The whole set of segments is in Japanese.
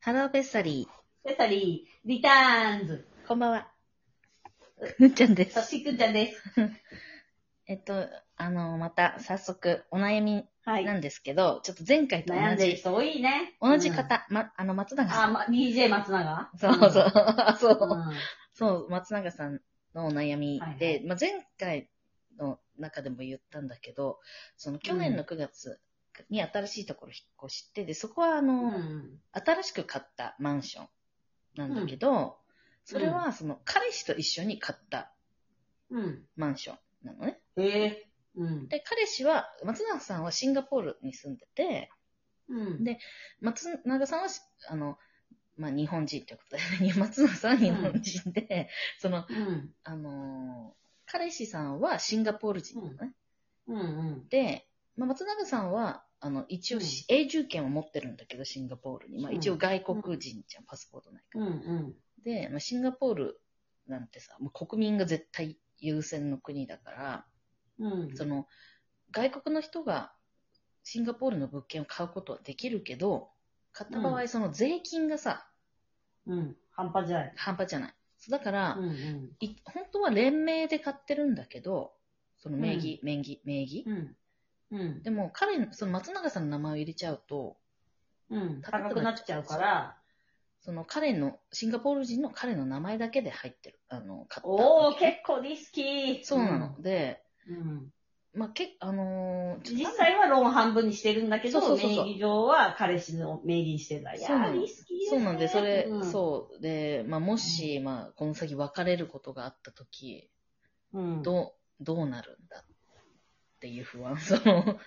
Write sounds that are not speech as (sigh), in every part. ハローベッサリセサリー、リターンズ。ー。こんばんは。くんちゃんでそす。しくんちゃんです。えっと、あの、また、早速、お悩みはい。なんですけど、ちょっと前回と同悩んでるじ、人多いね。同じうん。方、ま、あの、松永さあ、ん。ま、DJ 松永そうそう、そう、うん。そう、松永さんのお悩みで、はいまあ、前回の中でも言ったんだけど、その去年の9月に新しいところ引っ越して、で、そこはあの、うん。新しく買ったマンションなんだけど、それはその彼氏と一緒に買ったうん。マンションなのね。へえ。うん。で、彼氏は、松永さんはシンガポールに住んでて、うん。で松永さんはし、あの、まあ、日本人ってことで、 (laughs) 松永さんは日本人で、その、うん。あのー彼氏さんはシンガポール人なのね。うん。うん。で、まあ、松永さんは、あの、一応うんし、永住権を持ってるんだけど、シンガポールに。まあ、うん一応外国人じゃん、パスポートないかうん。うん。ら。で、まあ、シンガポールなんてさ、もう国民が絶対優先の国だから、うん。その、外国の人がシンガポールの物件を買うことはできるけど、買った場合、うその税金がさ、うん。半端じゃない。半端じゃない。そうだから、うん。うん。い本当は連名で買ってるんだけど、その名義、名義、名義。うん。うん。でも彼の、その松永さんの名前を入れちゃうと、うん。高くなっちゃうから、その彼の、シンガポール人の彼の名前だけで入ってる。あの、買った。おー、結構リスキー。そうなの。で、うん。まあ、け、あのー、ちょ実際はローン半分にしてるんだけど、そうそうそうそう名義上は彼氏の名義にしてた。いやそうなー、のリスキーですそね。うなんで、それ、うん、そう。で、まあ、もし、まあ、この先別れることがあった時、うん。どう、どうなるんだっていう不安。その、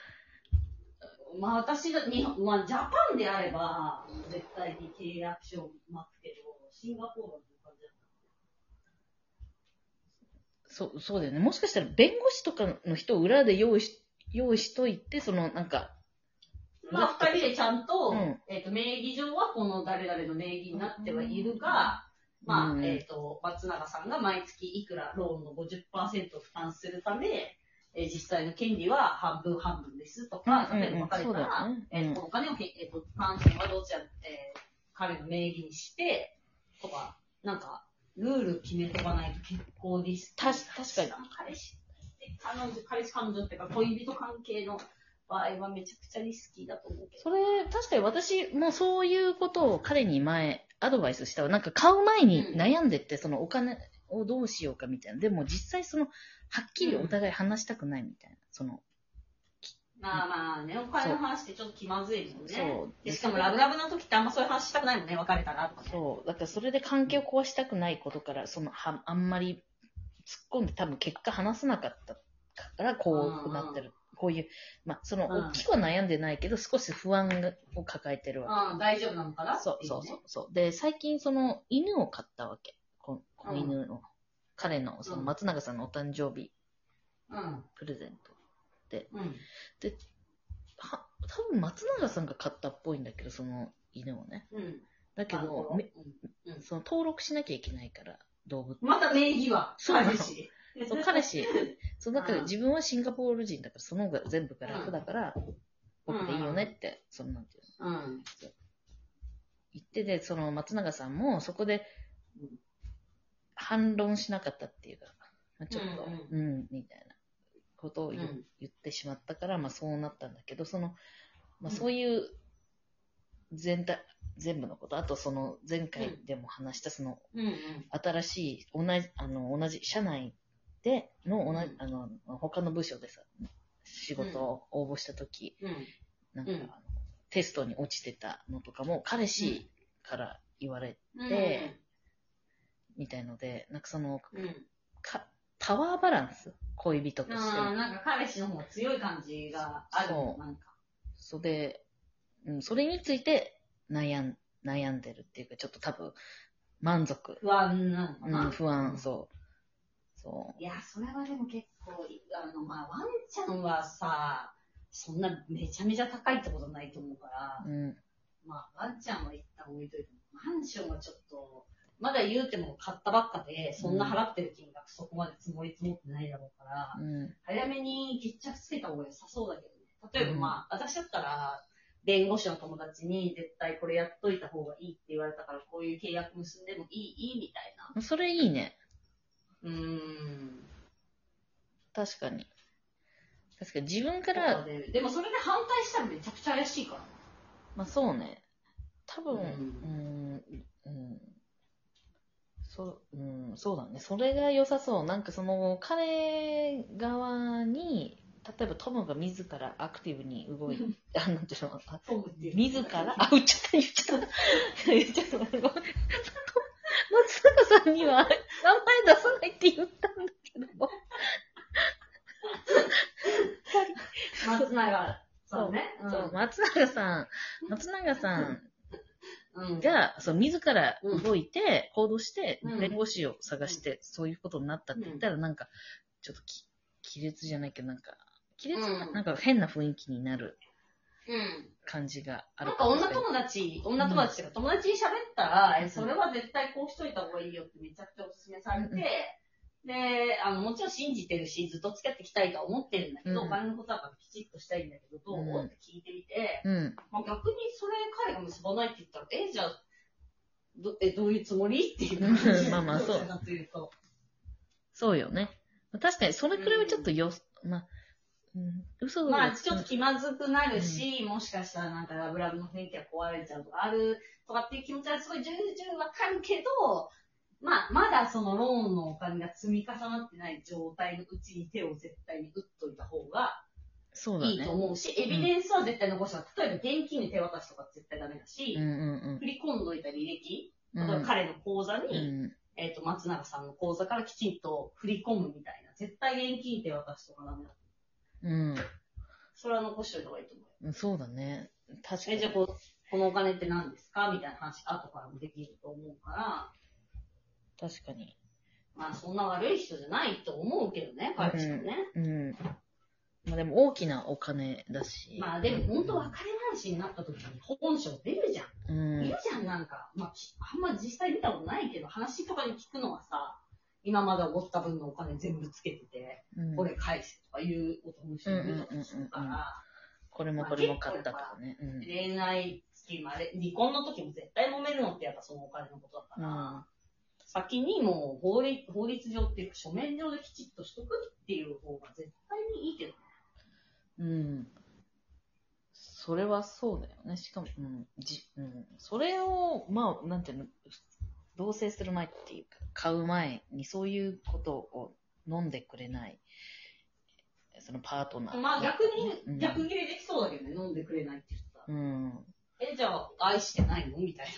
まあ私だ、日本、まあジャパンであれば、絶対に契約書を待つけど、シンガポールはどうかじ (laughs) そう、そうだよね。もしかしたら弁護士とかの人を裏で用意し、用意しといて、その、なんか、ゃんまあ二人でちゃんと、うんえっ、と、名義上はこの誰々の名義になってはいるが、まあ、うんえっ、と、松永さんが毎月いくらローンの50%を負担するため、えー実際の権利は半分半分ですとか、うんうんうん例えば別れたら、そうだえよねーうんとお金をけ、えっ、と、関心はどちら、えー彼の名義にして、とか、なんか、ルール決めとかないと結構リスたし確かに。彼氏って、彼女、彼氏彼女っていうか恋人関係の場合はめちゃくちゃリスキーだと思うけど。それ、確かに私もそういうことを彼に前、アドバイスしたわ。なんか買う前に悩んでって、そのお金をどうしようかみたいな。でも実際その、はっきりお互い話したくないみたいな。その、まあまあね、お金の話ってちょっと気まずいもんね。そうでしかもラブラブの時ってあんまそういう話したくないもんね、別れたらとかね。そう。だからそれで関係を壊したくないことから、その、はあんまり突っ込んで多分結果話さなかったから、こうなってる。こういう、まあ、その、うん大きくは悩んでないけど、少し不安を抱えてるわけ。うん、大丈夫なのかなそうっていそうねそうそう。で、最近その犬を飼ったわけ。ここのうん犬を。彼の、そのうん松永さんのお誕生日プレゼント。うん。うん。は、多分松永さんが飼ったっぽいんだけど、その犬をね。うん。だけなるほどど、めうんその登録しなきゃいけないから、動物。まだ名義はそうなの彼氏。そう、彼氏。そう、だからうん自分はシンガポール人だから、その方が全部が楽だから、僕でいいよねって、そのなんていうのうん。言ってで、その松永さんもそこで反論しなかったっていうか、まあちょっと、うん、みたいなことを言,、うん言ってしまったから、まあそうなったんだけど、その、まあうんそういう全体、全部のこと、あとその前回でも話した、そのうん。新しい、同じ、あの、同じ、社内での同じ、うんあの、他の部署でさ、仕事を応募した時、うん。うん。なんか、うあんのテストに落ちてたのとかも、彼氏から言われ、うんで、みたいので、なんかその、うん。かパワーバランス恋人としてあーの。なんか彼氏の方が強い感じがあるそうなんか。それで、うん、それについて悩ん、悩んでるっていうか、ちょっと多分、満足。不安なのかうな。ん、不安、そう。そいや、それはでも結構、あの、まあ、ワンちゃんはさ、そんなめちゃめちゃ高いってことないと思うからう。、うん。まあ、ワンちゃんは一旦置いといても、マンションはちょっと、まだ言うても買ったばっかで、そんな払ってる金額そこまで積もり積もってないだろうから、うん。早めに決着つけた方が良さそうだけどね。例えばまあ、私だったら、弁護士の友達に絶対これやっといた方がいいって言われたから、こういう契約結んでもいい、いいみたいな。それいいね。うーん。確かに。確かに自分かだら、で、でもそれで反対したらめちゃくちゃ怪しいから。まあそうね。多分、ううんん、うん、そう、うん、そうだね。それが良さそう。なんかその、彼側に、例えばトムが自らアクティブに動い (laughs) て、あ、なんていうの、あトムっていう。自ら、あ、言っちゃった、言っちゃった。言っちゃった。ごめん松坂さんには名前出さないって言ったんだけども。松永さんね。そう松永さん、松永さんうん。うん。が、そう、自ら動いて、行動して、うん弁護士を探して、そういうことになったって言ったら、なんか、ちょっとき、亀裂じゃないけど、なんか、亀裂かうんなんか変な雰囲気になるうん。感じがあるなんか女もしれない友達、女友達とか友達に喋ったら、えそれは絶対こうしといた方がいいよってめちゃくちゃおすすめされて、うんうんで、あの、もちろん信じてるし、ずっと付き合っていきたいとは思ってるんだけど、うんお金のことだからきちっとしたいんだけど、どう、うんって聞いてみて、うん。まあ、逆にそれ彼が結ばないって言ったら、え、じゃあ、どえどういうつもりっていう感じうんまあまあそうどちらかというと。そうよね。確かに、それくらいはちょっとよ、まあ、うん、嘘まあ、ちょっと気まずくなるし、もしかしたらなんかラブラブの雰囲気が壊れちゃうとかあるとかっていう気持ちはすごい重々わかるけど、まあ、まだそのローンのお金が積み重なってない状態のうちに手を絶対に打っといた方がそうだいいとね。思うし、エビデンスは絶対残した方が、例えば現金に手渡すとか絶対ダメだし、うんうん振り込んどいた履歴、う例ん。えば彼の口座に、うん、えっ、と、松永さんの口座からきちんと振り込むみたいな、絶対現金に手渡すとかダメだ。うん、それは残しておいた方がいいと思う。うんそうだね。確かえ、にじゃあ。こ、このお金って何ですかみたいな話、後からもできると思うから、確かに。まあ、そんな悪い人じゃないと思うけどね、彼氏もね。うん。まあでも大きなお金だし。まあ、でも本当別れ話になった時に本性出るじゃん。うんいる。じゃん、なんか。まあ、きあんま実際見たことないけど、話とかに聞くのはさ、今までおごった分のお金全部つけてて、うんこれ返せとかいう男の人もいるとかするかうんうんうんうんら、これもこれも買ったとかね。うん。恋愛付き、まあ、れ離婚の時も絶対揉めるのってやっぱそのお金のことだから、うん先にもう法律法律上っていうか書面上できちっとしとくっていう方が絶対にいいけどね。うん。それはそうだよね。しかも、うん。じうん、それを、まあ、なんていうの、同棲する前っていうか、買う前にそういうことを飲んでくれない、そのパートナー。まあ逆に、うん逆切れできそうだけどね、飲んでくれないって言ったら。うん。え、じゃあ愛してないのみたいな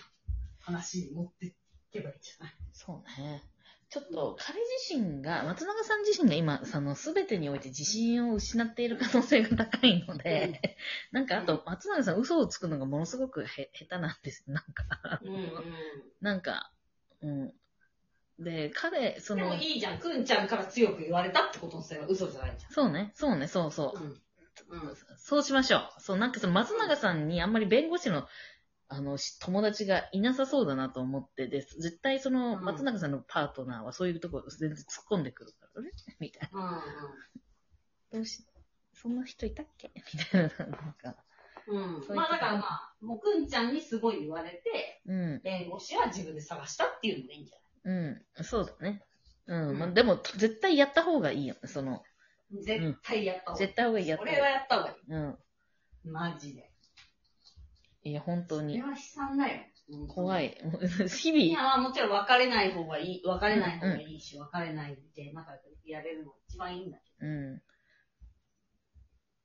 話に持っていけばいいんじゃないそうね。ちょっと彼自身が、松永さん自身が今、その全てにおいて自信を失っている可能性が高いので、なんかあと、松永さん嘘をつくのがものすごくへ下手なんです。なんか、 (laughs) うんうん。なんか、うん。で、彼、そでもの、いいじゃん、くんちゃんから強く言われたってことすれば嘘じゃないじそうね、そうね、そうそゃん。う。うん。うん。そうしましょう。そう、なんかその松永さんにあんまり弁護士の、あの、し友達がいなさそうだなと思って、で、絶対その松永さんのパートナーはそういうとこ全然突っ込んでくるからね、みたいな。うんどうし、そんな人いたっけ (laughs) みたいな、なんか。そうん。。ううんいうことまあだからまあ、もうくんちゃんにすごい言われて、うん、弁護士は自分で探したっていうのもいいんじゃうん、そうだね。うん、うんまあ、でも、絶対やった方がいいよね、その、ない絶対やった方がいい絶。対方がいいやっこたれはやった方がいい。うん。マジで。いや、本当これに。は悲惨だよ。本当に怖。い。い日や、々、まあもちろん別れない方がいい、別れない方がいいし、別れないで仲良くやれるのが一番いいんだけうん。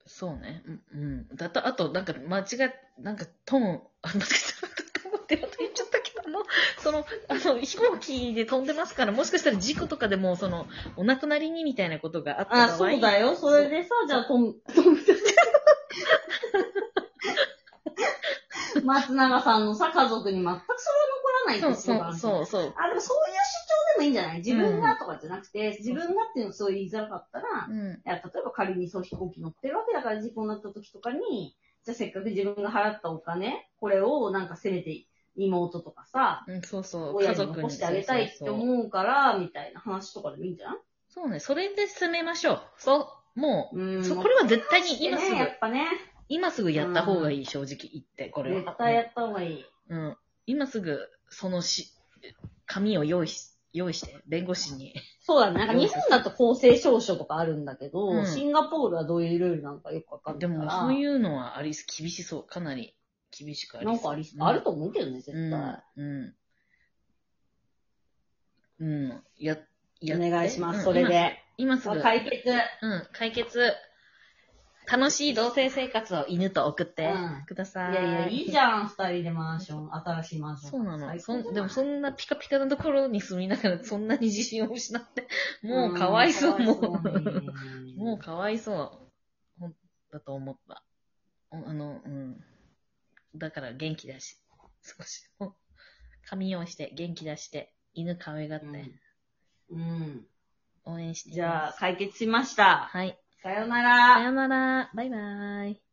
そうね。うん。うんだと、あと、なんか、間違っ、なんか、トム、あ、なんか、ってまた言っちゃったけども、その、あの、飛行機で飛んでますから、もしかしたら事故とかでも、その、お亡くなりにみたいなことがあったど。場合よ。それでさ、じゃあ、とん、松永さんのさ、家族に全くそれは残らないそんうですよ。そう、そう、そう。あ、でもそういう主張でもいいんじゃない自分がとかじゃなくて、自分がっていうのをそう言いづらかったら、うん。いや、例えば仮にそう飛行機乗ってるわけだから事故になった時とかに、じゃあせっかく自分が払ったお金、これをなんかせめて妹とかさ、うん、そうそう、家親に族残にしてあげたいって思うから、みたいな話とかでもいいんじゃんそうそうそうね、それで進めましょう。そう、もうう、ん。そうこれは絶対に今すね、ぐやっぱね、今すぐやった方がいい、正直言って、これは。絶対やった方がいい。うん。今すぐ、そのし、紙を用意し、用意して、弁護士に。そうだね。なんか日本だと公正証書とかあるんだけど、うんシンガポールはどういうルールなのかよくわかんなでいから。も、そういうのはありす、厳しそう。かなり厳しくありそう。なんかあり、うんあると思うけどね、絶対。うん。うん。うん。や、やおって願いします、うんそれで。今すぐ。解決。うん、解決。楽しい同棲生活を犬と送ってうんくだいさい。やいや、いいじゃん、二人でマンション、新しいマンション。そうなの。最そ高じゃんいでもそんなピカピカなところに住みながらそんなに自信を失って、もううんかわいそう、も。かわいそうねもう (laughs) かわいそう。ほんだと思った。おあの、うん。だから元気だし、少し。もう髪をして、元気出して、犬可愛がって、うん。うん応援していじゃまあす、解決しました。はい。さようなさら。よなら。バイバイ。